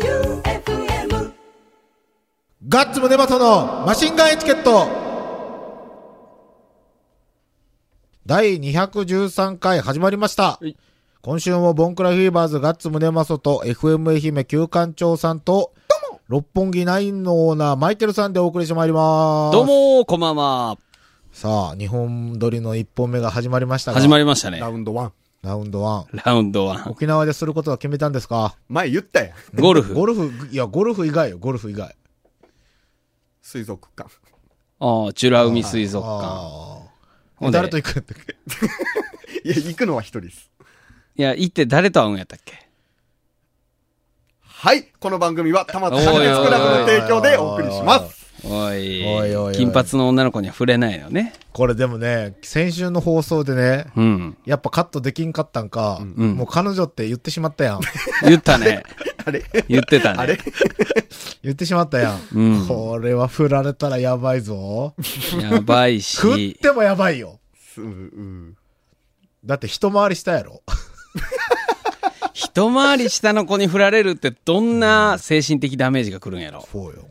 J-O-E-U-F-M ガッツムネマソのマシンガンエチケット第213回始まりました。はい今週もボンクラフィーバーズガッツムネマソと FM 愛媛旧館長さんと、六本木ナインのオーナーマイケルさんでお送りしてまいります。どうもー、こんばんは。さあ、日本撮りの1本目が始まりましたが、始まりましたねラ。ウンド1。ラウンド1。ラウンド1。沖縄ですることは決めたんですか前言ったやん。ゴルフ。ゴルフ、いや、ゴルフ以外よ、ゴルフ以外。水族館。ああ、チュラ海水族館。あほあ。んで誰と行くんだっけいや、行くのは一人です。いや、行って誰と会うんやったっけはい。この番組は、たまたまおいおいおいスクラブの提供でお送りします。おいおいおい金髪の女の子には触れないのね。これでもね、先週の放送でね、うん。やっぱカットできんかったんか、うんもう彼女って言ってしまったやん。言ったね。あれ言ってたあれね。言ってしまったやん。うんこれは振られたらやばいぞ。やばい振っし。てもやばいよ。うんうん。だって一回りしたやろ。一回り下の子に振られるってどんな精神的ダメージが来るんやろ。そうよ。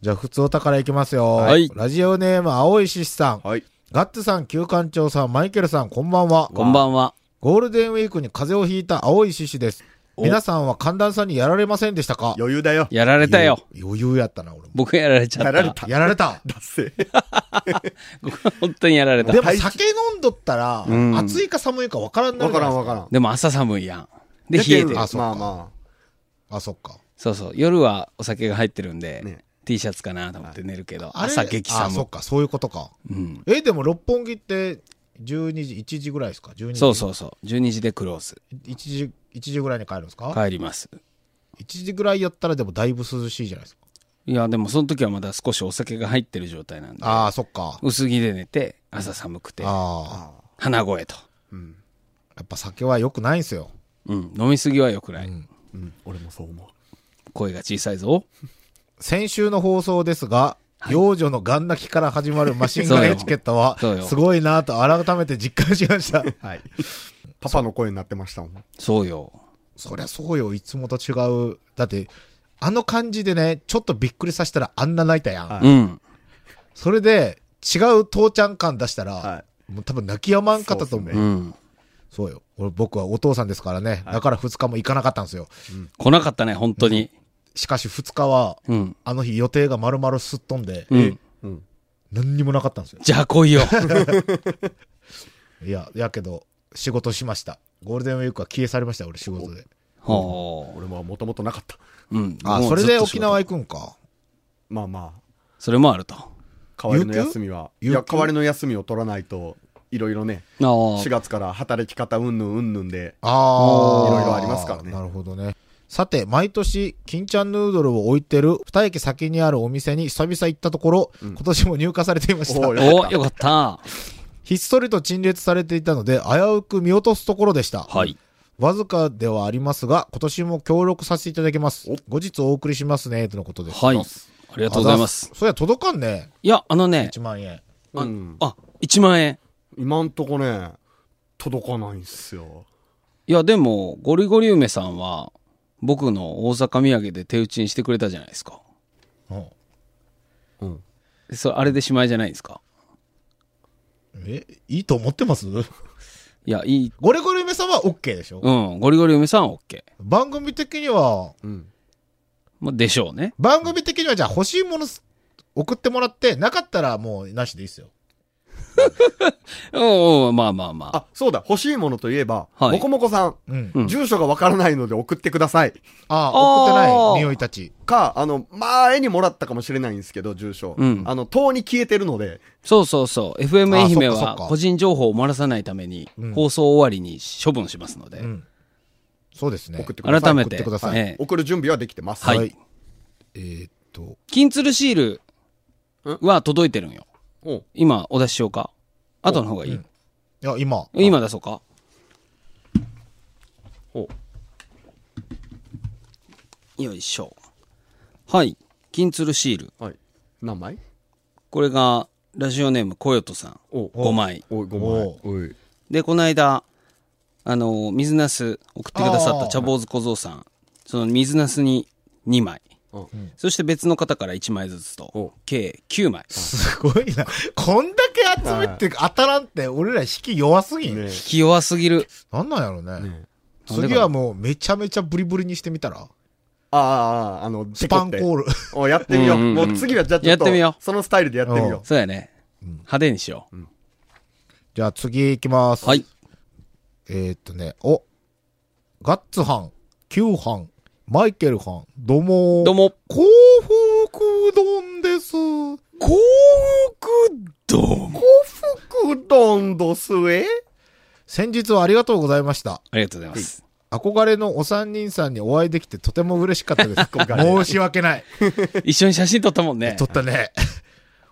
じゃあ、普通お宝いきますよ。はいラジオネーム、青い獅子さん。はい。ガッツさん、旧館長さん、マイケルさん、こんばんは。こんばんは。ゴールデンウィークに風邪をひいた青い獅子です。お皆さんは寒暖差にやられませんでしたか余裕だよ。やられたよ。余余裕やったな、俺も。僕やられちゃやっられた。た。やられた。達成。 本当にやられたで。も酒飲んどったら、うん暑いか寒いか分からんなわるじかゃないでらんすわからん。でも朝寒いやん。で、冷えてるあ、あそうかまあまあ、そっか。そうそう。夜はお酒が入ってるんで、ね T シャツかなと思って寝るけど、あれ朝激あ、寒そっか、そういうことか。うん。え、でも六本木って12時、1時ぐらいですか ?12 時。そうそうそう。12時でクロース。 1時、一時ぐらいに帰るんですか、帰ります。 ?1 時ぐらいやったらでもだいぶ涼しいじゃないですか。いや、でもその時はまだ少しお酒が入ってる状態なんで、ああ、そっか。薄着で寝て、朝寒くて、ああ、鼻声と。あ。うん。やっぱ酒は良くないんすよ。うん。飲みすぎは良くない。うん。俺もそう思う。声が小さいぞ。先週の放送ですが、幼女のガン泣きから始まるマシンガンエチケットはそうよ、すごいなと改めて実感しました。はい。パパの声になってましたもん。そうよ。そりゃそうよ、いつもと違う。だって、あの感じでね、ちょっとびっくりさせたらあんな泣いたやん。はうん。それで、違う父ちゃん感出したら、はもう多分泣き止まんかったと思う。そう,、そうねん。よ。俺、僕はお父さんですからね。だから2日も行かなかったんですよ。来なかったね、本当に。しかし2日は、うん。あの日予定が丸々すっ飛んで、うん。うん。何にもなかったんですよ。じゃあ来 いよ。いや、やけど、仕事しました。ゴールデンウィークは消え去りましたよ、俺仕事で。ほ俺ももともとなかった。う。うん。あ、もうそれでずっと仕沖事縄行くんか。まあまあ。それもあると。あ代わりの休みは。い有給や、代わりの休みを取らないと、いろいろね。あ。 4月から働き方うんぬんうんぬんで、ああ。いろいろありますからねなるほどね。さて、毎年、金ちゃんヌードルを置いてる二駅先にあるお店に久々行ったところ、今年も入荷されていました。おいお、よかった。ひっそりと陳列されていたので、危うく見落とすところでした。はい。わずかではありますが、今年も協力させていただきます。後日お送りしますね、とのことです。はい。ありありがとうございます。。そりゃ届かんね、いや、あのね、 1万円。あうんあ、1万円。今んとこね、届かないんすよ。いや、でも、ゴリゴリ梅さんは、僕の大阪土産で手打ちにしてくれたじゃないですか。うんうん。それ、あれでしまいじゃないですか。え、いいと思ってます いや、いい。ゴリゴリ梅さんは OK でしょ、うん、ゴリゴリ梅さんは OK。番組的には、うん。まあ、でしょうね。番組的にはじゃあ欲しいものす送ってもらって、なかったらもうなしでいいっすよ。うん、うん、まあまあまあ。あ、そうだ、欲しいものといえば、はいもこもこさん、うん。うん住所がわからないので送ってください。ああ、あ送ってーない、匂いたち。か、あの、前にもらったかもしれないんですけど、住所。うんあの、塔に消えてるので、そうそうそう。FM あそっか愛媛そっはか個人情報を漏らさないためにうん、放送終わりに処分しますのでう。ん。そうですね送っ。てくださ改い。め送っててくだ、さいええ送る準備はできてます。はいえーっと、金鶴シールは届いてるんよ。おう今、お出ししようか。後の方がいい。いや、今。今出そうか。およいしょ。はい。金鶴シール。はい。何枚これが、ラジオネーム、コヨトさん。おう5枚。おい、5枚。おうおい。で、この間、あの、水なす送ってくださったあー茶坊主小僧さん。その水ナスに2枚。うんそして別の方から1枚ずつとお、計9枚。引すごいな。こんだけ集めて当たらんって、俺ら引き弱すぎん。ねき弱すぎる。なんなんやろね。ね次はもうめちゃめちゃブリブリにしてみたらああ、あの、スパンコール。ル。おやってみよう。うんうんうんもう次はじゃあちょやっっと、てみよそのスタイルでやってみよそうやね。派手にしよう。じゃあ次行きます。はい。えーっとね、お、ガッツ班、キュー班、マイケル班、どもーどう。も。幸福丼です。幸福丼う。幸福丼どすえ先日はありがとうございました。ありがとうございます。憧れのお三人さんにお会いできてとても嬉しかったです。申し訳ない。一緒に写真撮ったもんね撮。ったね。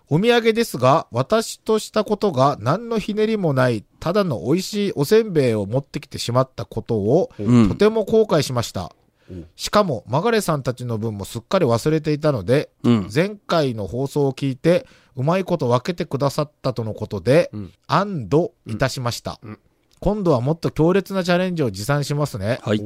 お土産ですが、私としたことが何のひねりもない、ただの美味しいおせんべいを持ってきてしまったことを、うんとても後悔しました。しかも、マガレさんたちの分もすっかり忘れていたので、うん。前回の放送を聞いて、うまいこと分けてくださったとのことで、安堵いたしました。今度はもっと強烈なチャレンジを持参しますね。はい。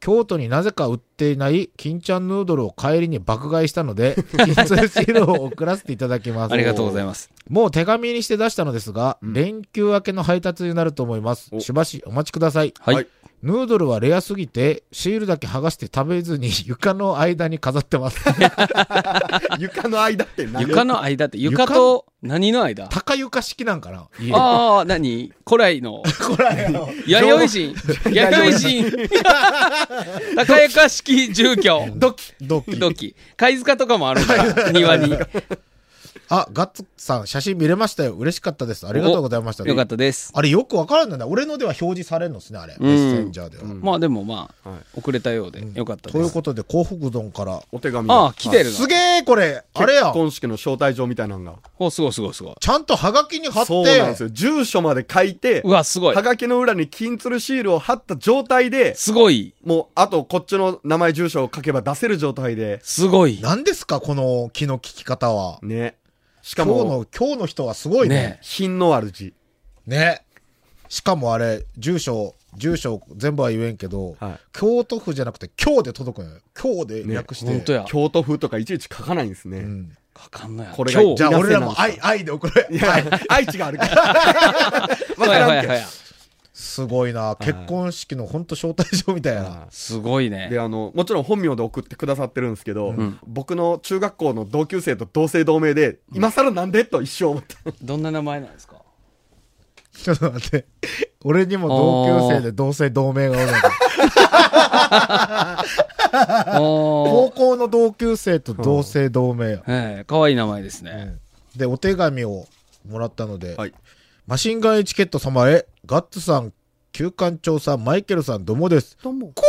京都になぜか売っていない金ちゃんヌードルを帰りに爆買いしたの で、金通シールを送らせていただきます。ありがとうございまます。す。もう手紙にして出したのですが、連休明けの配達になると思います。しばしお待ちください。はい。はいヌードルはレアすぎて、シールだけ剥がして食べずに床の間に飾って ます。床の間って何床の間って、床と何の間高床式なんかな家ああ、何古来の。古来の。弥生人。弥生人。高床式住居。ドキドキ。土器。貝塚とかもあるから、庭に。よあ、ガッツさん、写真見れましたよ。嬉しかったです。ありがとうございました。かったです。あれよくわからんのだな。俺のでは表示されるのですね、あれ。んメッセンジャーでは。まあでもまあはい、遅れたようで、よかったといでうす。ことで、幸福丼から。お手紙ああ、来てるすな。げえ、これ。ああれれやや。結婚式の招待状みたいなのが。お、すごいすごいすごい。ちゃんとハガキに貼っそうなんでて、すよ。住所まで書いて、うわ、すごいは。がきの裏に金鶴シールを貼った状態で、すごい。もう、あと、こっちの名前、住所を書けば出せる状態で、すごい。何ですか、この気の利き方は。ね。しか今日も、の、今日の人はすごいねね。品のある字。ね。しかもあれ、住所、住所全部は言えんけど、はい京都府じゃなくて、京で届くのよ。京で略して。本当や。京都風とかいちいち書かないんですね。んかかんのや。これが今じ日ゃ。あ、俺らも痩せなん愛、愛で送れ。いや、 愛知があるから。わはかやはらんやけはど。や。すごいな。結婚式の本当招待状みたいな。すごいね で。あのもちろん本名で送ってくださってるんですけど、僕の中学校の同級生と同姓同名で、今更なんでと一生思った。どんな名前なんですかちょっと待って。俺にも同級生で同姓同名がおるのかお高ー。校の同級生と同姓同名や。ええ、かわいい名前ですね。で、お手紙をもらったので、はいマシンガンエチケット様へ、ガッツさん、旧館長さん、マイケルさん、どうもです。どうも幸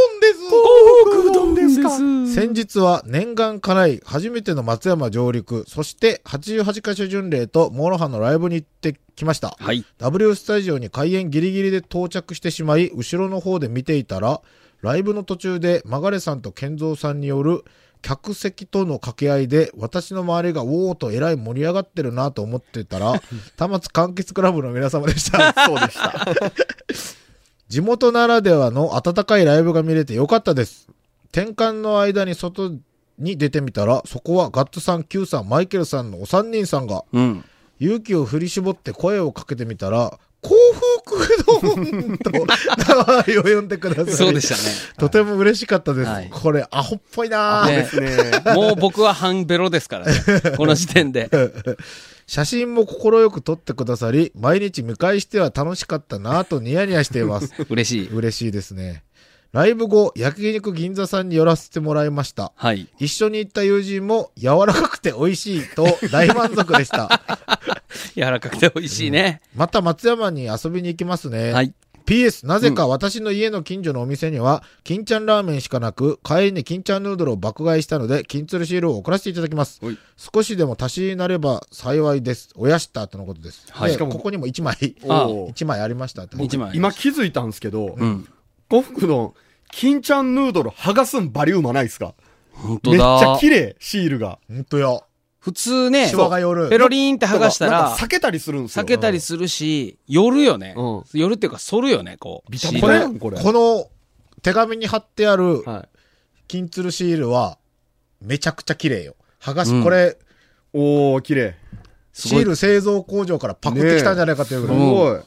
福丼ですどんですか先日は念願叶い、初めての松山上陸、そして88カ所巡礼とモロハのライブに行ってきました。はい。 W スタジオに開演ギリギリで到着してしまい、後ろの方で見ていたら、ライブの途中で、マガレさんと健三さんによる、客席との掛け合いで、私の周りが、おおとえらい盛り上がってるなと思ってた ら、田松柑橘クラブの皆様でした。そうでした。 地元ならではの温かいライブが見れてよかったです。転換の間に外に出てみたら、そこはガッツさん、Q さん、マイケルさんのお三人さんが、うん。勇気を振り絞って声をかけてみたら、幸福丼 と名前を呼んでください。そうでしたとても嬉しかったです。はいこれ、アホっぽいなねぁ。ですね。ね。もう僕は半ベロですからね。この時点で。 写真も快く撮ってくださり、毎日見返しては楽しかったなぁとニヤニヤしてい ます。嬉しい。嬉しいですね。ライブ後、焼肉銀座さんに寄らせてもらいました。はい。一緒に行った友人も柔らかくて美味しいと大満足で した。柔らかくて美味しいね。また松山に遊びに行きますね。はい。 PS、なぜか私の家の近所のお店には、金ちゃんラーメンしかなく、帰りに金ちゃんヌードルを爆買いしたので、金鶴シールを送らせていただきますはい。少しでも足しになれば幸いです。おやしたとのことです。はいでしかもここにも1枚、あおー1枚ありましたって。一枚。今気づいたんですけど、ん呉服の金ちゃんヌードル剥がすんバリウマないですか本め当っちゃだ。綺麗、シールが。ほんとや。普通ね、シワが寄るペロリンって剥がした、なんから避けたりするんですよ。避けたりするし、寄るよねう。寄るっていうか、反るよね、こう。ビタシーこルれがこれこの、手紙に貼ってあるはい。金鶴シールは、めちゃくちゃ綺麗よ。剥がし、うんこれ、おー、綺麗。シール製造工場からパクってきたんじゃないかというすぐらい。ごい。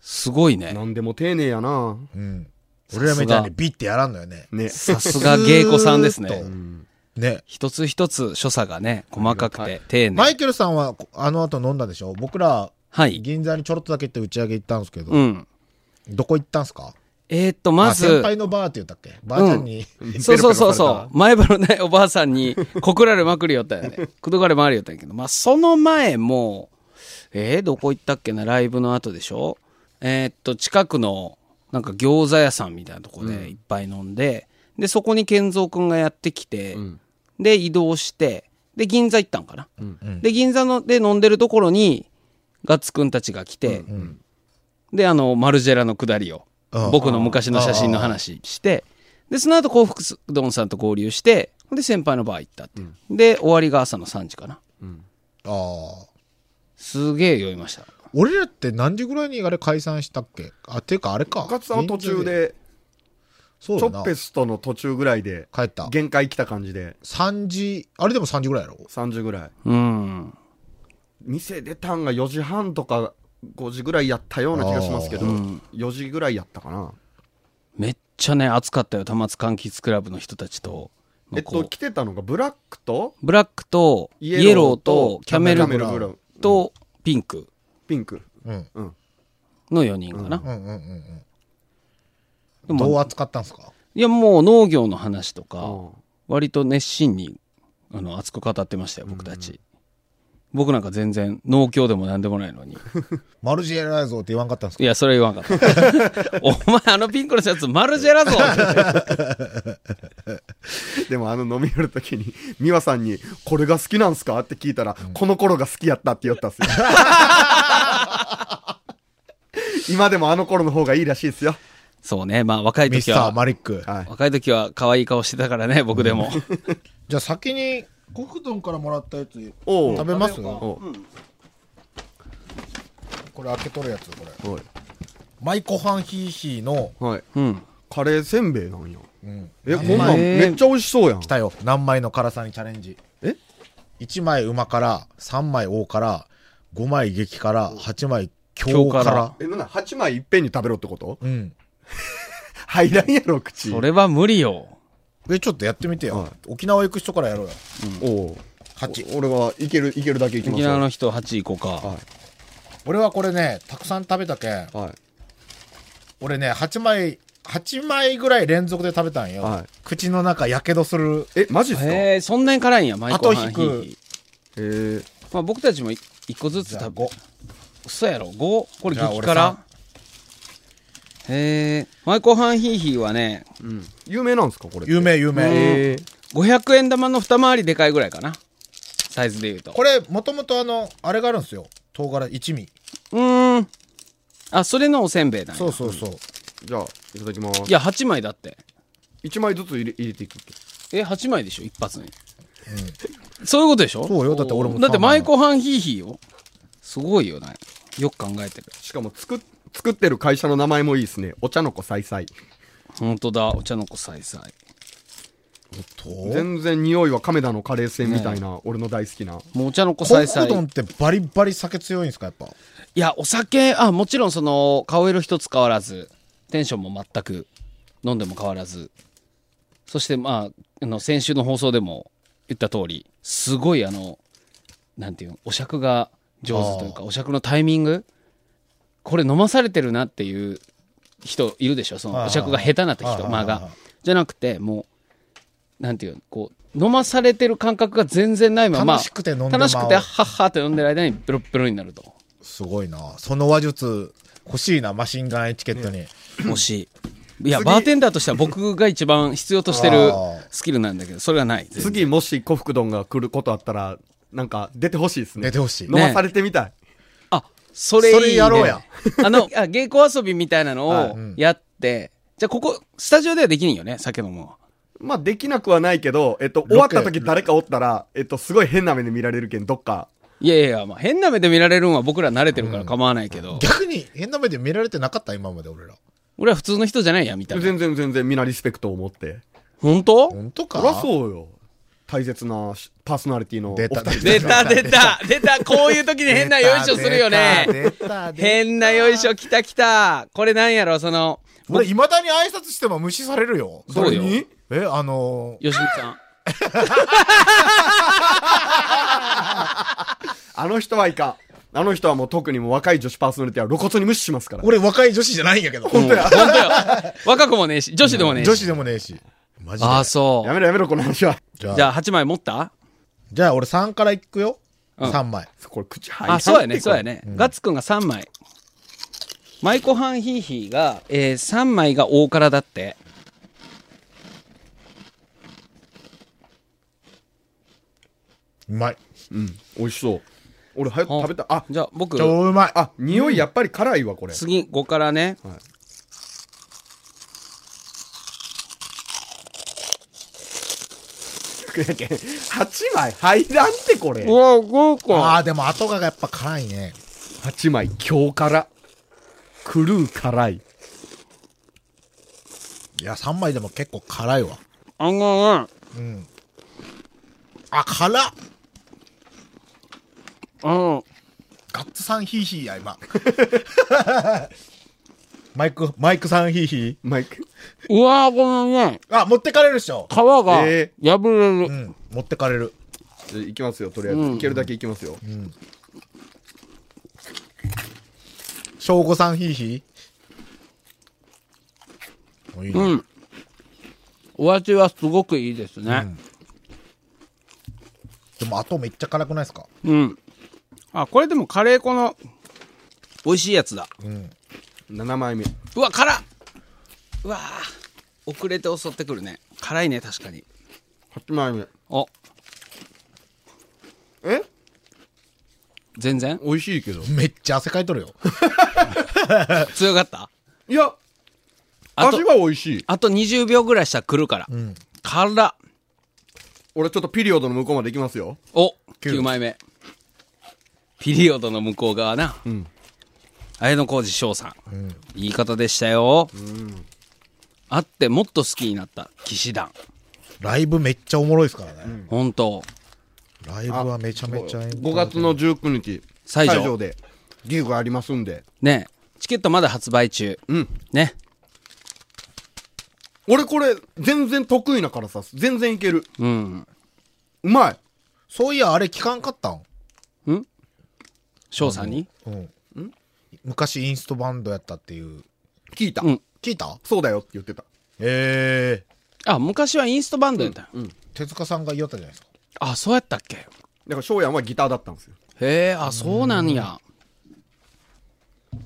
すごいね。なんでも丁寧やな。うん。さすが俺らみたいにビッてやらんのよね。ね。さすが芸妓さんですずーねっう。んね。一つ一つ所作がね、細かくて、丁マ寧。イケルさんは、こあの後飲んだでしょ僕ら、はい。銀座にちょろっとだけ行って打ち上げ行ったんですけど、うん。どこ行ったんすかえーっと、まあ先ず、輩のバーって言ったっけばあちゃんに、そうそうそうペロペロさそう。前歯のないおばあさんに、告られまくりよったよね。くどかれ回りよったんやけど。まあ、その前も、えー、どこ行ったっけな、ライブの後でしょえーっと、近くの、なんか餃子屋さんみたいなとこでいっぱい飲んで、で、そこに健三くんがやってきて、んで、移動して、で、銀座行ったんかな。うんで、銀座ので飲んでるところに、ガッツくんたちが来て、で、あの、マルジェラの下りをああ、僕の昔の写真の話して、で、その後幸福丼さんと合流して、で、先輩のバー行ったっていう。で、終わりが朝の3時かあな。あ。すげえ酔いました。俺らって何時ぐらいにあれ解散したっけあ、ていうかあれか。赤津さんは途中で、チそうョだッな。ペスとの途中ぐらいで、帰った。限界来た感じで、 3時、あれでも3時ぐらいやろ30ぐらい。うん。店出たんが4時半とか5時ぐらいやったような気がしますけど、4時ぐらいやったかな。めっちゃね、暑かったよ。玉津柑橘クラブの人たちとのえっと、こう来てたのがブラックと、ブラックと、イエローと、キャメルブラウンン。と、ピンクピンク。うん。の4人かな。うんうんうんでうん。どうも、扱ったんすかいや、もう農業の話とか、あ割と熱心にあの熱く語ってましたよ僕たち、僕なんか全然農協でも何でもないのにマルジェラやぞって言わんかったんすいかやそれは言わんかったお前あのピンクのシャツマルジェラぞでもあの飲み寄るときに、美和さんに、これが好きなんすかって聞いたら、この頃が好きやったって言った っすよ。今でもあの頃の方がいいらしいですよ。そうねまあ若いミ時スターはマリック。はい。若い時は可愛い顔してたからね僕でも、じゃあ先に、コフ丼からもらったやつ、おう食べますおうこれ開けとるやつ、これ。おいマイコハンヒーヒーの、はい。うんカレーせんべいなんや。うん。え、こ何んなん枚えーめっちゃ美味しそうやん来。たよ。何枚の辛さにチャレンジ。え ?1 枚馬から、3枚王から、5枚激から、8枚強強からから。え、なんだ、8枚いっぺんに食べろってことうん。入らんやろ、口。それは無理よえ、ちょっとやってみてよは。沖縄行く人からやろうよ。おう8。お俺はいける、いけるだけいきます沖よ縄の人8位行こうか、はい俺はこれね、たくさん食べたけん、はい。俺ね、8枚、8枚ぐらい連続で食べたんよ。はい口の中やけどする。え、マジっすかえへえそんなに辛いんや毎後回引くーまあ、僕たちも1個ずつじゃあ食べ5。嘘やろ 5? これじゃあ激辛へえ前後半ヒーヒーはねうん。有名なんすかこれ。有。名、有名。えー500円玉の二回りでかいぐらいかなサイズで言うとこれ、もともとあの、あれがあるんですよ。唐辛子、一味。うーんあそれのおせんべいだねそうそうそう。じゃあ、いただきますい。や8枚だって1枚ずつ入れ入れていくっけえ八8枚でしょ一発に、そういうことでしょそうよだって俺もだって前後半ヒーヒーよすごいよねよく考えてるしかも作っ作ってる会社の名前もいいですねお茶の子さいさい本当だお茶の子さいさいと全然匂いは亀田のカレー船みたいな、俺の大好きなもうお茶の子さコいさフい丼ってバリバリ酒強いんですか、やっぱ。いやお酒あもちろんその顔色一つ変わらずテンションも全く飲んでも変わらずそしてまああの先週の放送でも言った通りすごいあのなんていうのお酌が上手というかお酌のタイミングこれ飲まされてるなっていう人いるでしょそのお酌が下手なってあー人あー間あーがじゃなくてもうなんていうのこう飲まされてる感覚が全然ないまま楽しくて飲んでまう楽しくてはっはって飲んでる間にベロッベロになるとすごいな。その話術、欲しいな、マシンガンエチケットに。もしいや次バーテンダーとしては僕が一番必要としてるあースキルなんだけどそれはない全然次もし呉服丼が来ることあったらなんか出てほしいですね出てほしい飲まされてみたい、あそれいい、ね、それやろうや あのあ芸妓遊びみたいなのをやって、じゃあここスタジオではできんよね酒飲むのはまあできなくはないけど、えっと、終わった時誰かおったら、えっと、すごい変な目で見られるけんどっかいやいやいや、まあ、変な目で見られるんは僕ら慣れてるから構わないけど、逆に、変な目で見られてなかった今まで俺ら。俺は普通の人じゃないや、みたいな。全然全然、みんなリスペクトを持って。本当本当かそらそうよ。大切なしパーソナリティのお二出人たです。出 た出た出たこういう時に変なよいしょするよね。出た出た変なよいしょ来た来た。これなんやろ、その、俺、いまだに挨拶しても無視されるよ。そうよ誰にえ、あのー、よしみ さん。あの人はいかん。あの人はもう特にもう若い女子パーソナリティは露骨に無視しますから。俺若い女子じゃないんやけど。本当よ。本当よ。若くもねえし、女子でもねえし。女子でもねえし。マジで。ああ、そやめろやめろ、この話は。じゃあ、う。じじゃゃあ8枚持ったあ俺3からいくよ。うん3枚。これ口入りあ、そうやね、そうや。ね。ガッツくんが3枚。マイコハンヒーヒーが、えー、3枚が大からだって。うまい。うん。美味しそう。俺早く食べた。あ、じゃあ僕、超うまい。あ、匂いやっぱり辛いわ、これ。次5からね。はい8枚入らんって、これ。うわ、豪あ華。あ、でも後がやっぱ辛いね。 8枚、強辛。狂う辛い。いや、3枚でも結構辛いわ。あんがんあん。うん。あ、辛っうん。ガッツさんヒーヒーや、今。 マイク、マイクさんヒーヒー。マイク。うわ、ごめんね。あ、持ってかれるっしょ。皮が破れえるう。ん、持ってかれる。じゃあいきますよ、とりあえず。うんいけるだけいきますよ。翔吾さんヒーヒー。おいいねうん。お味はすごくいいですね。でも、後めっちゃ辛くないですかうん。あ、これでもカレー粉の、美味しいやつだ。 7枚目。うわ、辛っうわー遅れて襲ってくるね。辛いね、確かに。 8枚目。お、え全然美味しいけど。めっちゃ汗かいとるよ。強かったいや、あと味、は美味しい。あと20秒ぐらいしたら来るから。うん。辛っ俺ちょっとピリオドの向こうまでいきますよ。お、九9枚目。ピリオドの向こう側な。ん綾小路翔さん,、言い方でしたよ。あってもっと好きになった。騎士団。ライブめっちゃおもろいですからね。本当ライブはめちゃめちゃエンターテインメ5ント月の19日、西条で、リーグありますんで。ねチケットまだ発売中。うん。ね。俺これ、全然得意なからさ、全然いける。うん。うまい。そういや、あれ聞かんかったん翔さんにうん。昔インストバンドやったっていう。聞いた。うん聞いたそうだよって言ってた。ええあ、昔はインストバンドやったよ、手塚さんが言おったじゃないですか。あ、そうやったっけだから、翔やんはギターだったんですよ。へえ、あ、そうなんや。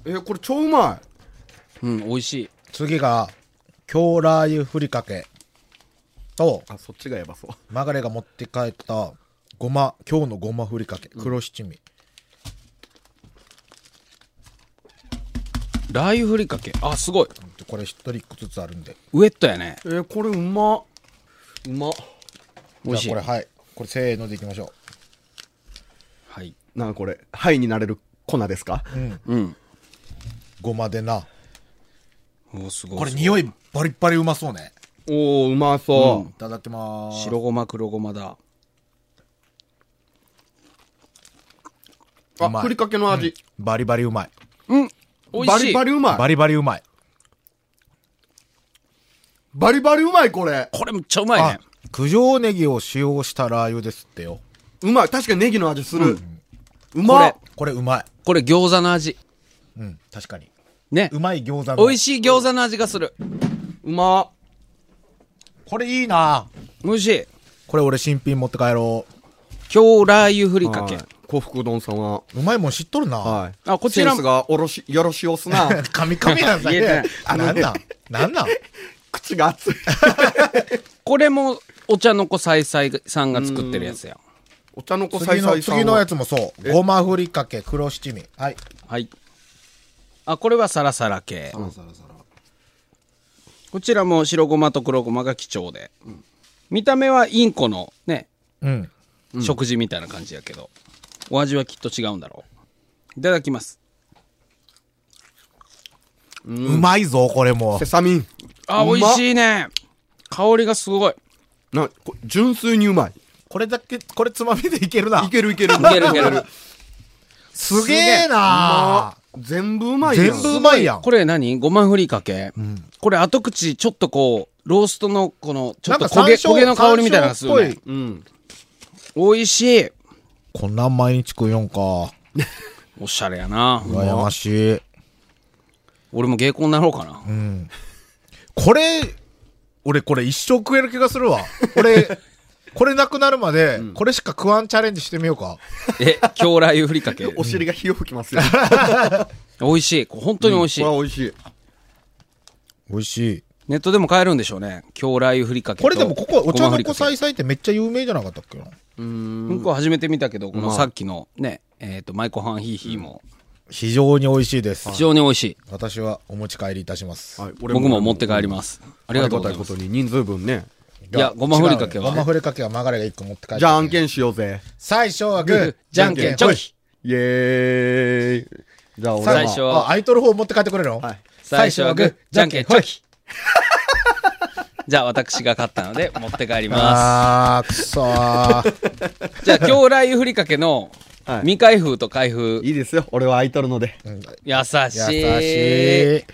えーこれ超うまうん、美味しい。次が、京ラー油ふりかけと、い。あ、そっちがやばそう。マガレが持って帰ったごま今日のごまふりかけ黒七味、ラー油ふりかけ。あ、すごい。これ一人一個ずつあるんでウェットやね。えーこれうま。うま。美味しい。じゃあこれはいこれせーのでいきましょはい。なんかこれ、灰になれる粉ですかう、うん、うん。ごまでなおすごい。これ匂い。いバリッバリうまそうねおー、うまいそただきまーす白ごま、黒ごまだ。う。うまあ、いふりかけの味。バリバリうまいうん。美味バしい。リバリうまい。バリバリうまいバリバリうまい、これ。これめっちゃうまいあね。九条ネギを使用したラー油ですってようまい。確かにネギの味する。うこまれっ。、これうまいこれ餃子の味。うん確かにねう。まい餃子の美味しい餃子の味がする。うまっ。これいいな美味しい。これ俺新品持って帰ろ京ラー油ふりかけはい。幸福うどんさんは。ううまいもん知っとるな、はい。あこちらセンスがおろし、よろしお すな。カミカミやんさ言えてないあなんなんなんなん口が熱い。これも、お茶の子さいさいさんが作ってるやつや。お茶の子さ次いさの、いさんは。次のやつもそう。ごまふりかけ、黒七味。はい。はい。あ、これはサラサラ系。こちらも白ごまと黒ごまが貴重で。見た目はインコのね、うん。食事みたいな感じやけど、お味はきっと違うんだろう。いただきます。うまいぞ、これもセ。サミン。あ、美味しいね。香りがすごい。いな、こ純粋にうまい。これだけ、これつまみでいけるな。いけるいける。けるいける。すげえな全部うまいやん全部うまいやん。 これ何ごまふりかけ、これ後口ちょっとこう、ローストのこの、ちょっと焦げ、焦げの香りみたいなのがす山椒る、っねぽ。いうん。美味しい。こんなん毎日食うよんか。おしゃれやな。羨ましい。俺も芸妓になろうかな。これ、俺これ一生食える気がす るわ。俺、これなくなるまで、これしか食わんチャレンジしてみようか。え、京来ゆふりか け。お尻が火を吹きますよ。美味しい。これ本当に美味しい、これは美味しい。美味しい。ネットでも買えるんでしょうね。京来ゆふりかけと。これでもここ、お茶の子ささいさいってめっちゃ有名じゃなかったっけなうんこ初めて見たけど、このさっきのね、えっ、と、舞妓はんひいひいも、非常に美味しいです非。常に美味しい。私はお持ち帰りいたします。はい、僕も持って帰ります。あありりがとがとうごうござざいいまますす。。ことに人数分ね。いやごまふりかけは違うのよごまふりかけは流れが一個持って帰ってきて。じゃんけんしようぜ。最初はグー、じゃんけん、チョキ。イェーイ。じゃあ俺最初はあ、アイトル方持って帰ってくれるのはい最初はグー、じゃんけん、チほいョキ。 じゃあ、私が勝ったので、持って帰りまあー、くそー。す。じゃあ、京来ゆふりかけのはい、未開封と開封、いいですよ。俺は空いとるので。優しい。優しい。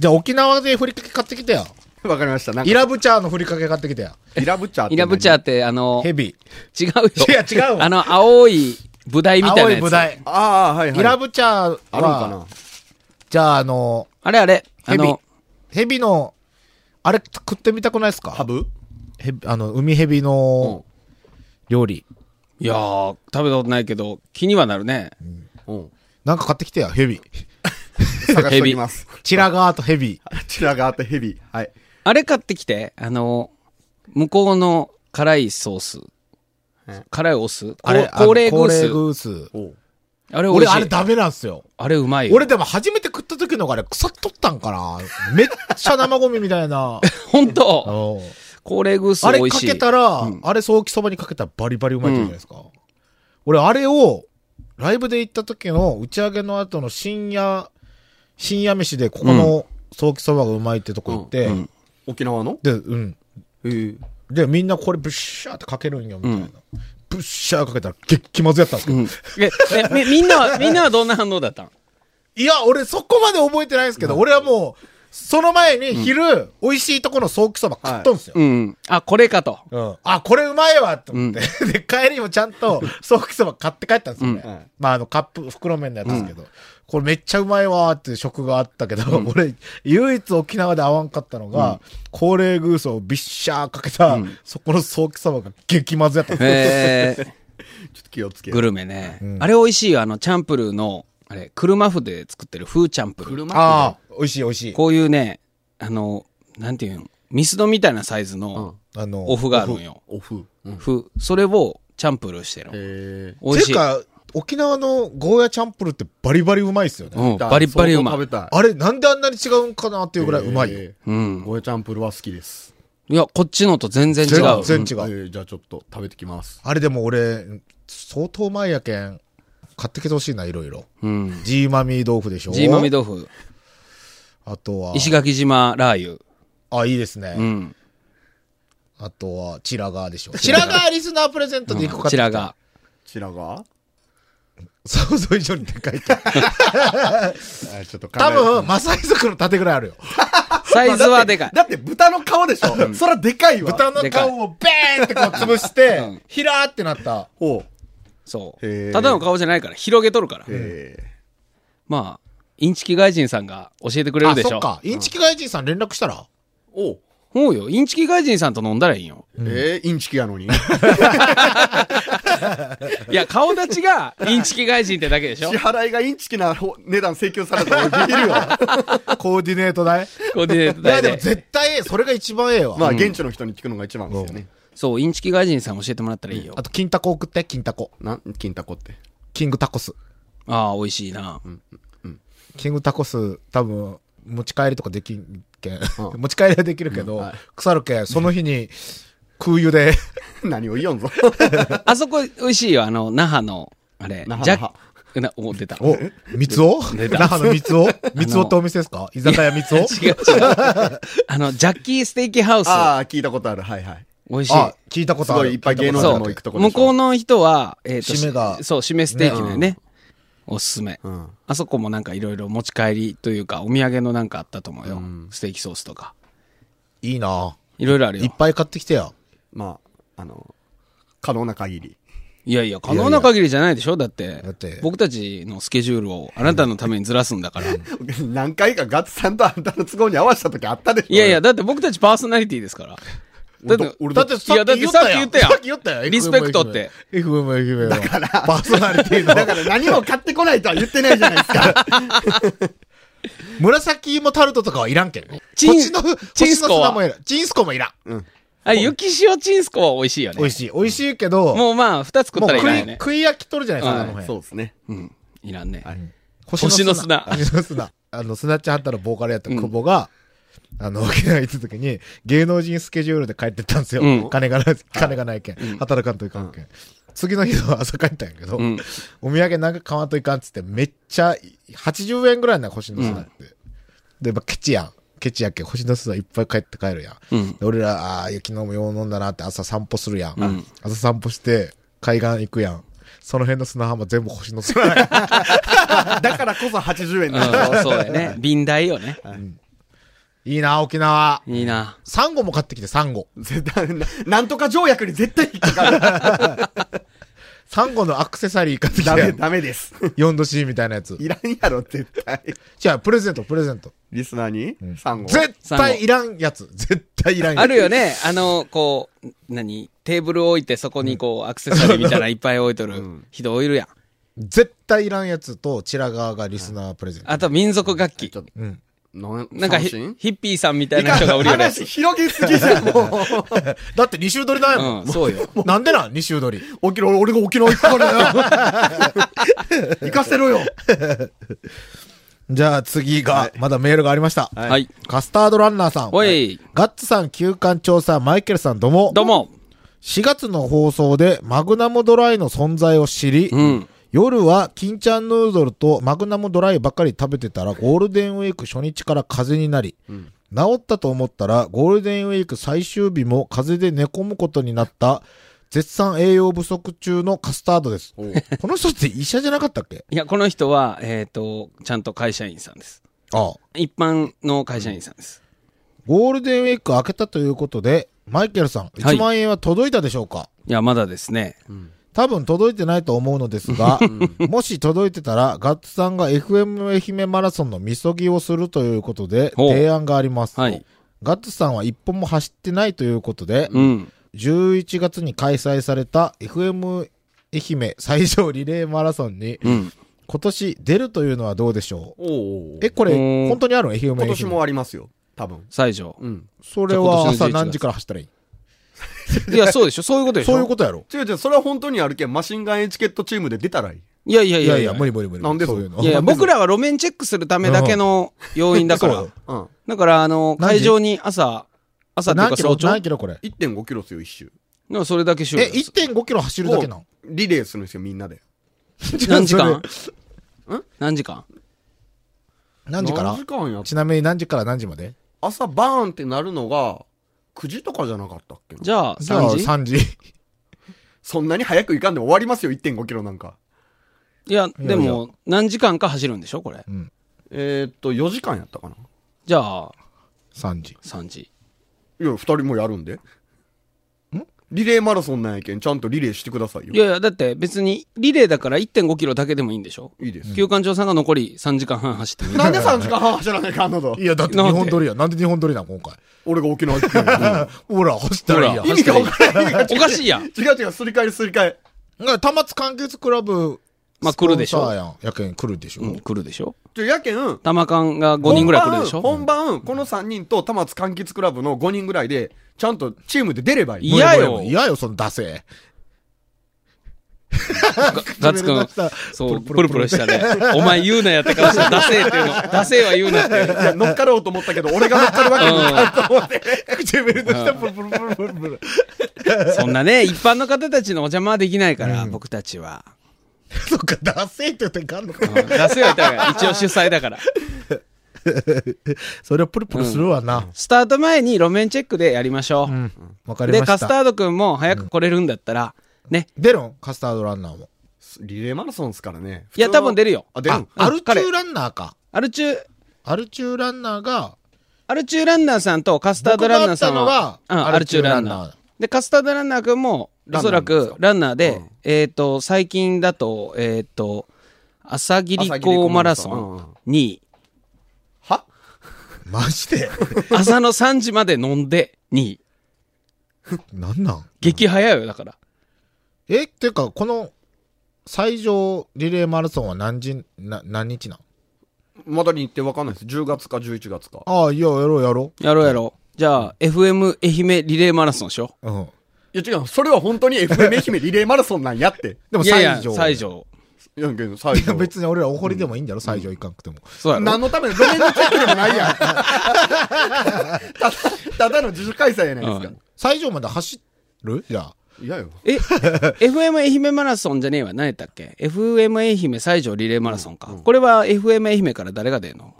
じゃあ沖縄でふりかけ買ってきてよ。わかりました。なんかイ、ラブチャーのふりかけ買ってきてよ。イラブチャーってイ何。ラブチャーって、あの、ヘビ。違うよ。いや違うわあの、青い舞台みたいな青やいつ。ブダイ。ああ、はいはい。イラブチャーあるんかはな、じゃああの、あれあれ。あヘビの、。ヘビの、あれ食ってみたくないですハかブヘビあの、海ヘビの料理。いやー、食べたことないけど、気にはなるね。うん。なんか買ってきてよ、ヘビ。探しておきます。チラガーとヘビ。チラガーとヘビ。はい。あれ買ってきて、あの、向こうの辛いソースえ。辛いお酢。あれ、こう高あ齢のグー高ス齢。グース。おうあれ美味俺、しい。ああれれダメなんすよ。うまいよ。俺でも初めて食った時のがあれ腐っとったんかなめっちゃ生ゴミみたい な。本う当ん高齢グースあ美れ味かしい。けたら、あれ早期そばにかけたらバリバリうまいって言うじゃないですか。俺、あれを、ライブで行った時の打ち上げの後の深夜、深夜飯でここの早期そばがうまいってとこ行って、沖縄ので、うん。ええ。で、みんなこれブッシャーってかけるんよ、みたいな。ブッシャーかけたら激まずやったんですけど、うん。え、えみみんなは、みんなはどんな反応だったんいや、俺そこまで覚えてないんですけど、俺はもう、その前に昼、美味しいとこのソーキそば食っとんすよ。うん。あ、これかと。うん。あ、これうまいわと思って。 で、帰りもちゃんと、ソーキそば買って帰ったんですよね。うんはいまあ、あの、カップ、袋麺のやつですけど、これめっちゃうまいわーって食があったけど、 俺、唯一沖縄で合わんかったのが、高齢グースをビッシャーかけた、そこのソーキそばが激まずやったんですよ。えー、ちょっと気をつけ グる。ルメね。あれ美味しいよ。あの、チャンプルーの、あれ、車麩で作ってる風チャンプルー。ああ、美味しい美味しい。こういうね、あの、なんていうの、ミスドみたいなサイズのあの、オフがあるんよ。オフ。うん。フ。それをチャンプルーしてるの。ええ。美味てしい。いうか、沖縄のゴーヤチャンプルってバリバリうまいっすよね。うん、バリッバリうま相い。当食べたい。あれ、なんであんなに違うんかなっていうぐらいうまいよ。えうえ。ん。ゴエチャンプルは好きです。いや、こっちのと全然違う。全然違う。ええじゃあちょっと食べてきます。あれでも俺、相当前やけん、買ってきてほしいな、いろいろ。うん。ジーマミー豆腐でしょジーマミ豆腐、あとは、石垣島ラー油。あ、いいですね。うん。あとは、チラガーでしょ。チラガーリスナープレゼントでいくかこちらが。。チラガ想像以上にでかいって。ーえちょっと考え多分、マサイ族の縦ぐらいあるよ。サイズはでかい。だって豚の皮でしょそらでかいわ。豚の顔をベーンってこう潰して、うんひらーってなった。ほう。そへう。ーただの顔じゃないから、広げとるから。ええ。まあ、インチキ外人さんが教えてくれるあ、でしそょっ。か。インチキ外人さん連絡したら、おう。そうよ。インチキ外人さんと飲んだらいいんよ。ええ、インチキやのに。いや、顔立ちがインチキ外人ってだけでしょ支。払いがインチキなほ値段請求されたら俺 ビビるコよ。ーディネート代。コーディネートいや、代でもで。絶対ええ、それが一番ええわ。まあ、現地の人に聞くのが一番ですよね。そう、インチキ外人さん教えてもらったらいいよ。あと、金タコ送って、金タコ。なん、金タコって。キングタコス。ああ、美味しいな。キングタコス、多分、持ち帰りとかできんけん。うん持ち帰りはできるけど、うんはい腐るけん、その日に、空輸で、 何を言いよんぞ。あそこ美味しいよ。あの、那覇の、あれ、那覇ジャ那ッ覇えな、お、出た。お、三つお出た那覇の三つお三つおってお店ですか居酒屋三つお違う違う。 あの、ジャッキーステーキハウス、ああ、聞いたことある。はいはい。美味しい。あ、聞いたことある。すごいいっぱい芸能人そも行くとう。こでしょ向こうの人は、えっ、と、締めがそう、締めステーキだよね。おすすめ。うん。あそこもなんかいろいろ持ち帰りというか、お土産のなんかあったと思うよ。ステーキソースとか。いいないろいろあるいっよ。ぱい買ってきてよ。まあ、あの、可能な限り。 いやいや、可能な限りじゃないでしょだってだって僕たちのスケジュールをあなたのためにずらすんだから。い何回かガッツさんとあんたの都合に合わせた時あったでしょやいや、、だって僕たちパーソナリティですから。だって、俺だだっていさやっだっきて言っさったきや言ん。ったやんさっき言ったやん。リスペクトって。 FM 愛媛は。だからパーソナリティ だの。から何も買ってこないとは言ってないじゃないですか。紫芋タルトとかはいらんけんね。チン星の、チンスコ星の砂はもいらん。チンスコもいらん。あ、雪塩チンスコは美味しいよね。美味しい。美味しいけど、ももうまあ、二つ食うったらい食らんいよね。食い焼き取るじゃないですか、 はいあの辺。そうですね。うん。いらんね。はい星の砂星の砂。あの、スナッチハンターのボーカルやった久保が、あの、沖縄行った時に、芸能人スケジュールで帰ってったんですよ。うん金がない、金がないけん。働かんといかんけん。次の日は朝帰ったんやけど、うんお土産なんか買わんといかんっつって、めっちゃ、80円ぐらいな星の砂って。で、まあ、ケチやん。ケチやっけん星の砂いっぱい帰って帰るやん。うん。で俺ら、ああ、昨日もよう飲んだなって朝散歩するやん。うん朝散歩して、海岸行くやん。その辺の砂浜全部星の砂 やん。だからこそ80円うなんんそだうそうだよね。瓶代よね。いいな、沖縄。いいな。サンゴも買ってきて、サンゴ。絶対 な、なんとか条約に絶対引っかかる。サンゴのアクセサリー買ってきダメ、て、ダメです。 4度 C みたいなやつ。いらんやろ、絶対。じゃあ、プレゼント、プレゼント。リスナーに、サンゴ。絶対いらんやつ。絶対いらんやつ。あるよね。あの、こう、何テーブル置いてそこにこう、アクセサリーみたいなのいっぱい置いと る人いるやん。絶対いらんやつと、チラ側がリスナープレゼント。あと民族楽器ち。ょっうん。なんなんかヒ三振ヒッピーさんみたいな人がおるよね。話広げすぎじゃん、もう。だって2週撮りだよもん。うん、そうよ。なんでなん ?2 週撮り。沖縄、俺が沖縄行くから よ。行かせろよ。じゃあ次が、まだメールがありました。はいはい。カスタードランナーさん。おい、ガッツさん、休館調査、マイケルさん、どうも。どうも。 4月の放送でマグナムドライの存在を知り、うん。夜は金ちゃんヌードルとマグナムドライばかり食べてたらゴールデンウィーク初日から風邪になり、治ったと思ったらゴールデンウィーク最終日も風邪で寝込むことになった絶賛栄養不足中のカスタードです。この人って医者じゃなかったっけいや、この人は、えっと、ちゃんと会社員さんです。ああ。一般の会社員さんです。ゴールデンウィーク明けたということで、マイケルさん、はい1万円は届いたでしょうか、いや、まだですね。多分届いてないと思うのですが、もし届いてたら、ガッツさんが FM 愛媛マラソンのみそぎをするということで、ほう提案があります。はいガッツさんは一本も走ってないということで、うん。 11月に開催された FM 愛媛最上リレーマラソンに、うん。今年出るというのはどうでしょうおえ、これ、うん本当にあるの愛媛今愛年媛。もありますよ。多分。西条。うん。それはじゃ朝あ今年の11月何時から走ったらいいいや、そうでしょ。そういうことでしょ。そういうことやろ。違う違う、それは本当にあるけん、マシンガンエチケットチームで出たらいい。いやいやいいややいや、無理 無理無理。なんでそそうういうの。いやいや、僕らは路面チェックするためだけの要因だか そらう。うん。だから、あの、何時会場に朝、朝っていう何かキロ早朝何キロこれ。 1.5キロっすよ、一周。でもそれだけ終了え、です。 1.5キロ走るだけなのもうリレーするんですよ、みんなで。何時間そん何時間何時から何時間やっちなみに何時から何時まで朝バーンってなるのが、9時とかじゃなかったっけじゃあ、じゃあ3時3時。 そんなに早く行かんでも終わりますよ、1.5キロなんか。いや、やでも、何時間か走るんでしょこれ。えー、っと、4時間やったかな。じゃあ、 3時。 3時。いや、2人もやるんで。んリレーマラソンなんやけん、ちゃんとリレーしてくださいよ。いやいや、だって別に、リレーだから1.5キロだけでもいいんでしょいいです。休館長さんが残り3時間半走ってみる。なんで3時間半走らないかん のだいや、だって日なんで本撮りや。なんで日本撮りなん今回。俺が沖縄行くのにほら、走ったらいいやほ意ら。味がわからん。意味がおかしいやん。違う違う、すり替えすり替え。だから多摩津完結クラブ、まあ来るでしょスポンサーやん。やけん来るでしょ。うん、来るでしょじゃ、やけん、5玉缶が5人ぐらい来るでしょ本番、本番この3人と、玉津柑橘クラブの5人ぐらいで、ちゃんとチームで出ればいい。い嫌よ無理無理無理嫌よ、その惰 性。ガッツ決めくんれました、そう、プルプルしたね。お前言うなやってからしたら、ダ セーっていうの。ダセーは言うなっていう。いや乗っかろうと思ったけど、俺が乗っかるわけ にいかんと思って。唇の下、プルプルプルプルプル。そんなね、一般の方たちのお邪魔はできないから、僕たちは。 そっか、ダセーって言ってかんのか。うん出せはいたから、一応主催だから。それはプルプルするわな。スタート前に路面チェックでやりましょうん。わ、かう。りましで、た。カスタードくんも早く来れるんだったら、ね。出るんカスタードランナーも。リレーマラソンですからね。いや、多分出るよ。あ、出るんアルチュ彼ーランナーか。アルチュー、アルチューランナーが、アルチューランナーさんとカスタードランナーさん僕が会は、ったのがうんアルチューランアルチュナーランナー。で、カスタードランナーくんも、おそらくランナーで、えっ、と、最近だと、えっ、と、朝霧港マラ朝霧港マラソンソンに、はマジ で朝の3時まで飲んで2位。なんなん激早いよ、だから。えっていうか、この、最上リレーマラソンは何時、な、何日なんまだに行ってわかんないです。10月か11月か。ああ、いや、やろうやろやろうやろう。じゃあ、FM 愛媛リレーマラソンしよう。うん。いや違う、それは本当に FM 愛媛リレーマラソンなんやって。でもう。い最上。やいや、西条。いや、けど最いや 初。別に俺らお堀でもいいんだろ、最上行かんくても。そうやろ何のための路面のチェックでもない やん。ただ、ただの自主開催やないですか。最上まで走るじゃあ。いやよ。え、FM 愛媛マラソンじゃねえわ。何やったっけ ?FM 愛媛西条リレーマラソンか。これは FM 愛媛から誰が出んの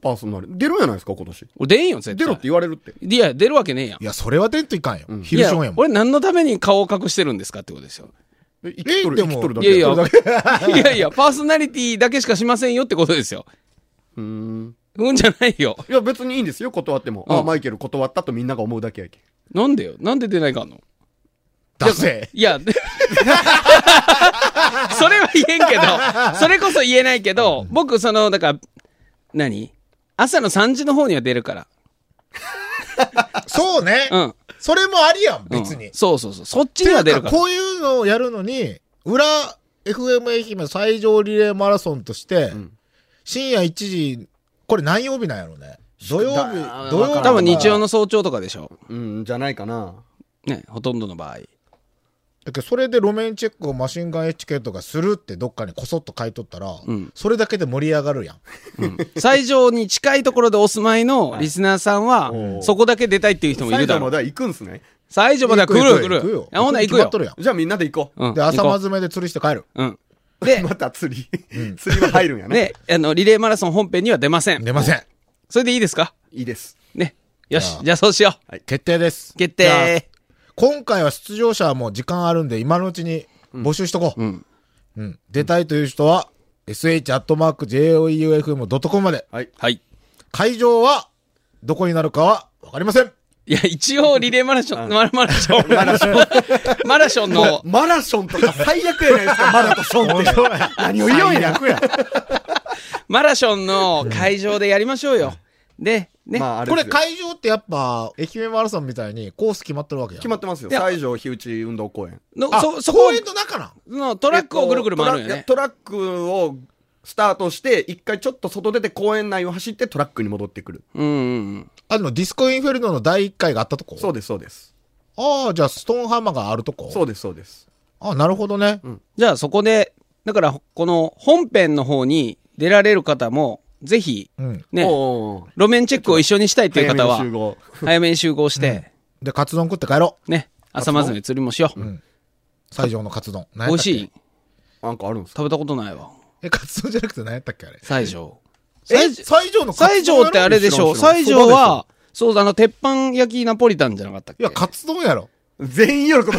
パーソナル。出るんやないですか、今年。俺出んよ、絶対。出ろって言われるって。いや、出るわけねえやんい。や、それは出んといかんよ。昼ションやいもん。俺何のために顔を隠してるんですかってことですよ。え、生きとる、で生もきとるだいけやいやや、 いやいや、パーソナリティだけしかしませんよってことですよ。うん。うんじゃないよ。いや、別にいいんですよ、断っても。うんあ、マイケル断ったとみんなが思うだけやけん。なんでよ。なんで出ないかんの出せ。いや、 でそれは言えんけど、それこそ言えないけど、僕、その、だから、何朝の3時の方には出るから。そうね。うん。それもありやん、別うんに。そうそうそう。そっちには出るていかうら。こういうのをやるのに、裏 FM 愛媛最上リレーマラソンとして、ん深夜1時、これ何曜日なんやろうね。土曜日だ、土曜日とか。多分日曜の早朝とかでしょ。うん、じゃないかな。ね、ほとんどの場合。だけどそれで路面チェックをマシンガンエチケットがするってどっかにこそっと書いとったら、うんそれだけで盛り上が るやん。最上に近いところでお住まいのリスナーさんは、おうそこだけ出たいっていう人もいるだろまう。では行くんすね。最上までは来る来行くるよ。。あほんなら行く決まっとるよ。やん。じゃあみんなで行こう。、うん。で、朝まず。ずめで釣りして帰る。うん。で また釣り。釣りは入るんやな。ね、あの、リレーマラソン本編には出ません。出ません。それでいいですかいいです。ね。よしあ。あじゃあそうしよう。決定です。決じゃあ定。今回は出場者はもう時間あるんで、今のうちに募集しとこう。うんん。出たいという人は、sh.joeufm.com まで。はい。はい。会場は、どこになるかは、わかりません。いや、一応、リレーマラソン、マラマラ ソン、マラソン、 マラソンの、マラソンとか最悪やないですか、マラとソンって。 何を言おうんや。マラソンの会場でやりましょうよ。で、ね。まあ、あれこですれよ会場ってやっぱ、愛媛マラソンみたいにコース決まってるわけやん。決まってますよ。いや西条日内運動公園。のあ、そ、そこ公園の中なん。のトラックをぐるぐる回るんよえっね。とトラックいやトラックをスタートして、一回ちょっと外出て公園内を走ってトラックに戻ってくる。うんうんうん。あ、でもディスコインフェルノの第1回があったとこそうです、そうです。ああ、じゃあストーンハンマーがあるとこそうです、そうです。あなるほどね。じゃあそこで、だからこの本編の方に出られる方も、ぜひ、うん。ね、おうおう路面チェックを一緒にしたいという方は、早めに集合早めに集合して、で、カツ丼食って帰ろね、朝まずに釣りもしよう。う。最上のカツ丼。美美味しいなんかあるんですか食べたことないわ。え、カツ丼じゃなくて何やったっけあれ。西条。え、西西条のカツ丼西条ってあれでしょ知らん西知ら条んは、そうだ、あの、鉄板焼きナポリタンじゃなかったっけいや、カツ丼やろ。全員喜ぶ。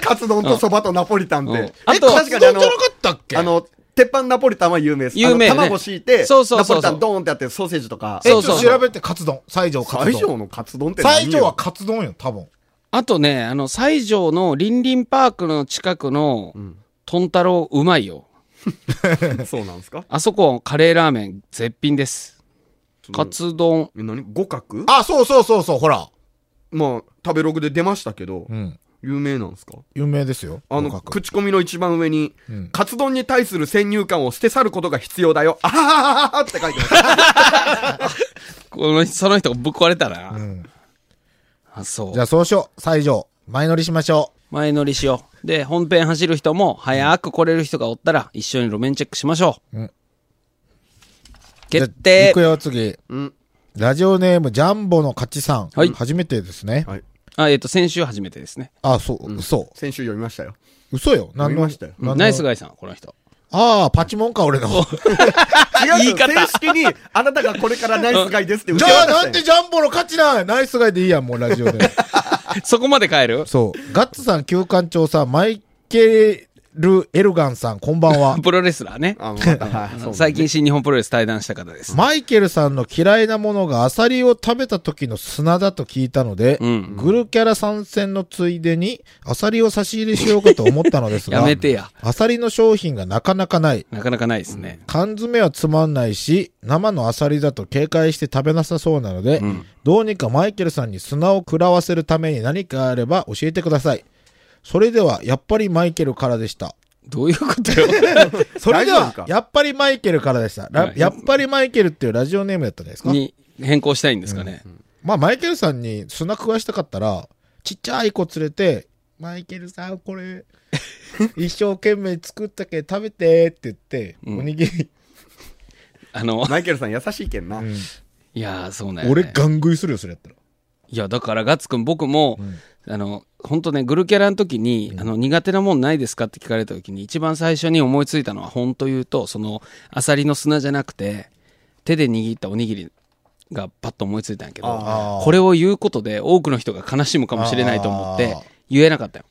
カツ丼とそばとナポリタンうんで。あえ、とカツ丼じゃなかったっけあ、の、鉄板ナポリタンは有名です。有名ねあの卵敷いて、そうそうそうそうナポリタンドーンってやってソーセージとか。え、ちそょうっそうと調べてカツ丼。西条カツ最上丼。のカツ丼って何よ西条はカツ丼よ、多分。あとね、あの、西条のリンリンパークの近くの、トンタロウうまいよ。そうなんですかあそこ、カレーラーメン、絶品です。カツ丼、え何五角あ、そうそうそうそう、ほら。まあ、食べログで出ましたけどう、ん。有名なんですか有名ですよ。あの、合格口コミの一番上に、んカツ丼に対する先入観を捨て去ることが必要だ よ。あはははははって書いてます。このその人がぶっ壊れたな。んあ、そじゃう。あ、そうしよう。西条。前乗りしましょ前乗りしよう。で、本編走る人も、早く来れる人がおったら、一緒に路面チェックしましょう。うんう。決じゃあ定行くよ、次。うん。ラジオネーム、ジャンボの勝ちさん。はい初めてですね。はいあ、えっ、と、先週初めてですね。あ、そう、嘘。先週読みましたよ。嘘よ。何の見ましたよ何のナイスガイさん、この人。 ああ、パチモンか、俺の。違う正式に、あなたがこれからナイスガイですって打ちじ合わゃあ、せしたなんよでジャンボの勝ちないナイスガイでいいやん、もうラジオ で。そこまで変える。そう。ガッツさん、旧館長さん、マイケル・エルガンさん、こんばんはプロレスラーね。あまたはいそう最近新日本プロレス対談した方です。マイケルさんの嫌いなものがアサリを食べた時の砂だと聞いたので、うんグルキャラ参戦のついでに、アサリを差し入れしようかと思ったのですが、やめてや。アサリの商品がなかなかない。なかなかないですね。缶詰はつまんないし、生のアサリだと警戒して食べなさそうなので、どうにかマイケルさんに砂を食らわせるために何かあれば教えてください。それでは、やっぱりマイケルからでした。どういうことよ。それで大丈は夫か、やっぱりマイケルからでした。ラはいやっぱりマイケルっていうラジオネームだったんじゃないですか。 に変更したいんですかね。まあ、マイケルさんに砂食わしたかったら、ちっちゃい子連れて、マイケルさん、こ れ、一生懸命作ったけど食べてって言って、うんおにぎり、あの、マイケルさん優しいけんな。いやー、そうね。俺ガン食いするよ、それやったら。いや、だからガッツくん、僕も、あの、本当ね、グルキャラの時に、あの、苦手なもんないですかって聞かれた時に、一番最初に思いついたのは、本当言うと、その、アサリの砂じゃなくて、手で握ったおにぎりがパッと思いついたんやけどあ、ーこれを言うことで多くの人が悲しむかもしれないと思ってあー、言えなかったよ。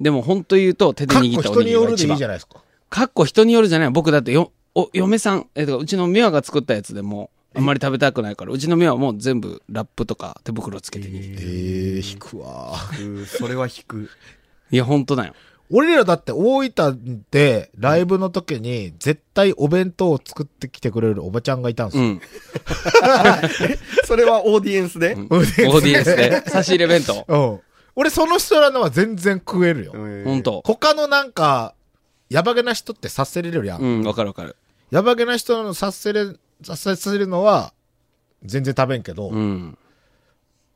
でも本当言うと、手でかっ握こったお人にぎにりよがるで一いい番じゃ。ないですか。かっこ人によるじゃない。僕だってよ、お、嫁さん、えとか、うちのミワが作ったやつでも、あんまり食べたくないから、うちのミワはもう全部ラップとか手袋つけて握る。えー、引くわ。うんそれは引 く。いや、本当だよ。俺らだって大分でライブの時に絶対お弁当を作ってきてくれるおばちゃんがいたんですうよ。ん。それはオーディエンスでオ。ーディエンス で。差し入れ弁当。うん。俺その人らのは全然食えるよ。うん本当他のなんか、やばげな人って察せれるやん。うん、わかるわかる。やばげな人の察せれ、察せるのは全然食べんけど、うん。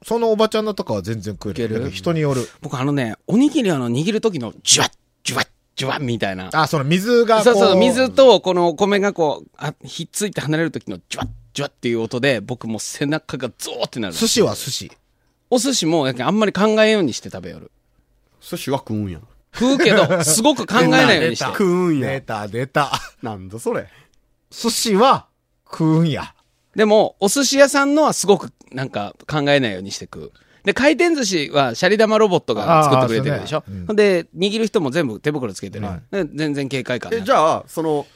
そのおばちゃんのとかは全然食えいける。る人による。僕あのね、おにぎりあの、握る時の、ジュワッ、ジュワッ、ジュワッみたいな。あ、その水がこそうそう、水とこのお米がこう、あひっついて離れる時の、ジュワッ、ジュワッっていう音で、僕もう背中がゾーってなる。寿司は寿司。お寿司も、やけんあんまり考えんようにして食べよる。寿司は食うんや。食うけ ど、すごく考えないようにして。食うん出や。た、出た。なんだそれ。寿司は食うんや。でも、お寿司屋さんのはすごくなんか考えないようにして食う。で、回転寿司はシャリ玉ロボットが作ってくれてるでしょあー。そうねほんで、握る人も全部手袋つけてる。はで全然警戒感なえ、い。じゃあ、その、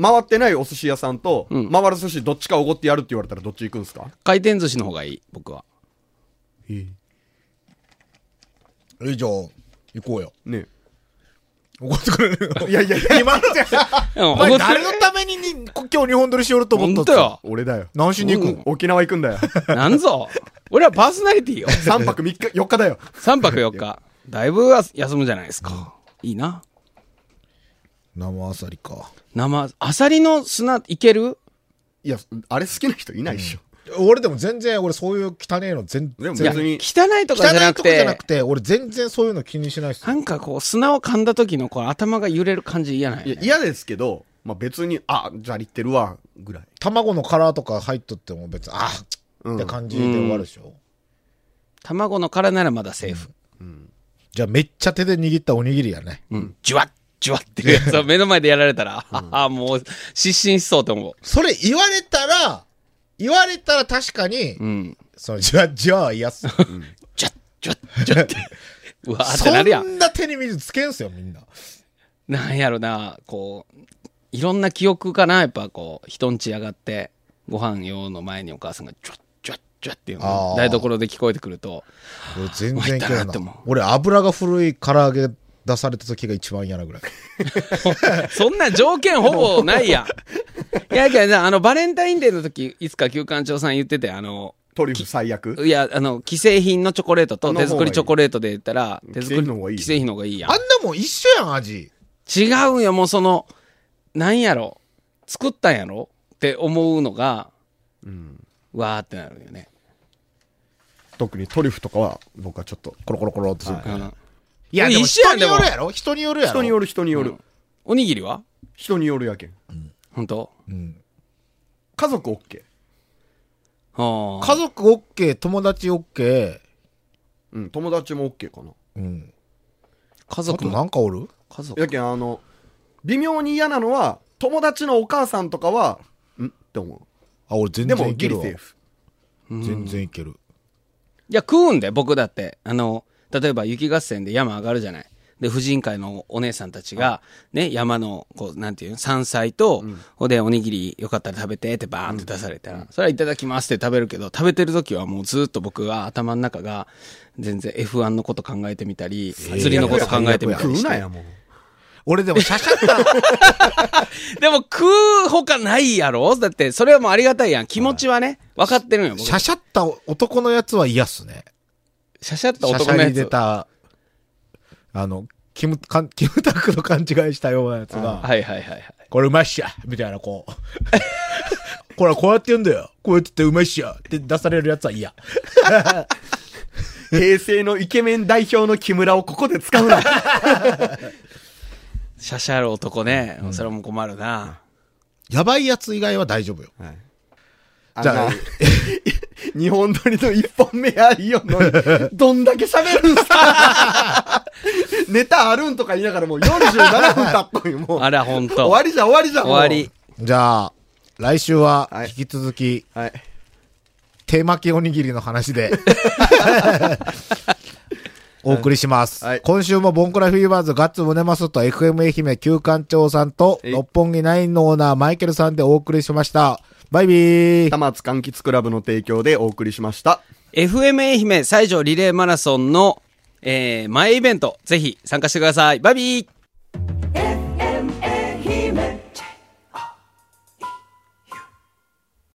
回ってないお寿司屋さんと、うん回る寿司どっちかおごってやるって言われたらどっち行くんすか回転寿司の方がいい、僕は。え、じゃあ、行こうよ。ね怒ってくれ るいやいやいや、今のじゃ、うん、おお前ごって誰のためににこ今日日本撮りしよると思ったほっんつとうよ。 俺 だよ。何しに行くの、沖縄行くんだ よ。なんぞ。俺はパーソナリティよ。 3泊3日、4日だよ。 3泊4日。だいぶは休むじゃないですか。いいな。生アサリか。生、アサリの砂いけるいや、あれ好きな人いないっしょ。俺でも全然、俺そういう汚いの全でもいや、然。別に汚いと汚かじゃいなとくかじゃなてく、て、俺全然そういうの気にしないっすよなんかこう、砂を噛んだ時のこう頭が揺れる感じ嫌ないいや、嫌ですけど、まあ別に、あ、じゃりってるわ、ぐらい。卵の殻とか入っとっても別に、あっって感じで終わるでしょ。卵の殻ならまだセーフ。じゃあめっちゃ手で握ったおにぎりやね。うん。ジュワッ、ジュワッっていうや つを目の前でやられたら、ああ、もう、失神しそうと思それ言われたら、言われたら確かに、う。うん。その、じゃあ、じゃあ、いやっす。そジュワッ、ジュワッ、ジュワッ って。うわーってなるやん。んな手に水つけんすよ、みんな。なんやろな、こう、いろんな記憶かな、やっぱこう、人んち上がって、ご飯用の前にお母さんがジュワッ、ジュワッ、ジュワッっていうのあがー台所で聞こえてくると、俺全然参いったけなるっなて思う。俺油が古い唐揚げ出された時が一番嫌なぐらい。そんな条件ほぼない やん。いや、いや、あの、バレンタインデーの時、いつか旧館長さん言ってて、あの、トリュフ最悪。いや、あの、既製品のチョコレートとの方が手いい作りチョコレートで言ったら、手作り、既製品の方がいいよ既製品の方がいいやんあん。なもん一緒やん、味。違うんよ、もうその、なんやろ、作ったんやろって思うのが、わーってなるよね。特にトリュフとかは、僕はちょっと。コロコロコロってするう。んいや、でも一緒人やんによでるもやろ人によるやろ人による、人による。おにぎりは人によるやけん。本当家族 OK。あー家族 OK、友達 OK、うん、友達も OK かな。うん。家あ族とも、なんかおる家族。やけん、あの、微妙に嫌なのは、友達のお母さんとかは、んって思あ、俺全う。で然も、いけギるリわセー。フ。全然いける。いや、食うんで、僕だって。あの、例えば雪合戦で山上がるじゃない。で、婦人会のお姉さんたちが、ね、山の、こう、なんていうの、山菜と、ほんで、おにぎりよかったら食べて、ってバーンって出されたら、それはいただきますって食べるけど、食べてる時はもうずっと僕は頭の中が、全然 F1 のこと考えてみたり、釣りのこと考えてみた食りうしなて。や、もう。俺でもシャシャった。 でも食うほかないやろだって、それはもうありがたいやん。気持ちはね、分かってるんよ、僕。シシャシャった男のやつは嫌っすね。ャシャったシャシ男のャやに出つ。た、あの、キム、かんキムタクの勘違いしたようなやつが、はいはいはいはい。これうまいっしょみたいな、こう。これはこう やって言うんだよ。こうやって言ってうまいっしょって出されるやつは嫌。平成のイケメン代表の木村をここで 使うな。シャシャる男ね。それも困るな。やばいやつ以外は大丈夫よ。じじゃゃああ、 日本撮りの一本目はいいよのに、 どんだけ喋るんすか ネタあるんとか言いながらもう47分経っとんよ、もう。あら、ほんと。終わりじゃ終わりじゃ終わり。。じゃあ、来週ははい引き続き、もうはい。手巻きおにぎりの話 で、お送りします。はい今週もボンクラフィーバーズガッツムネマスと FM 愛媛旧館長さんと、はい六本木ナインのオーナーマイケルさんでお送りしました。バイビー。玉津柑橘クラブの提供でお送りしました。 FM 愛媛西条リレーマラソンの、えー、前イベント、ぜひ参加してください。バイビー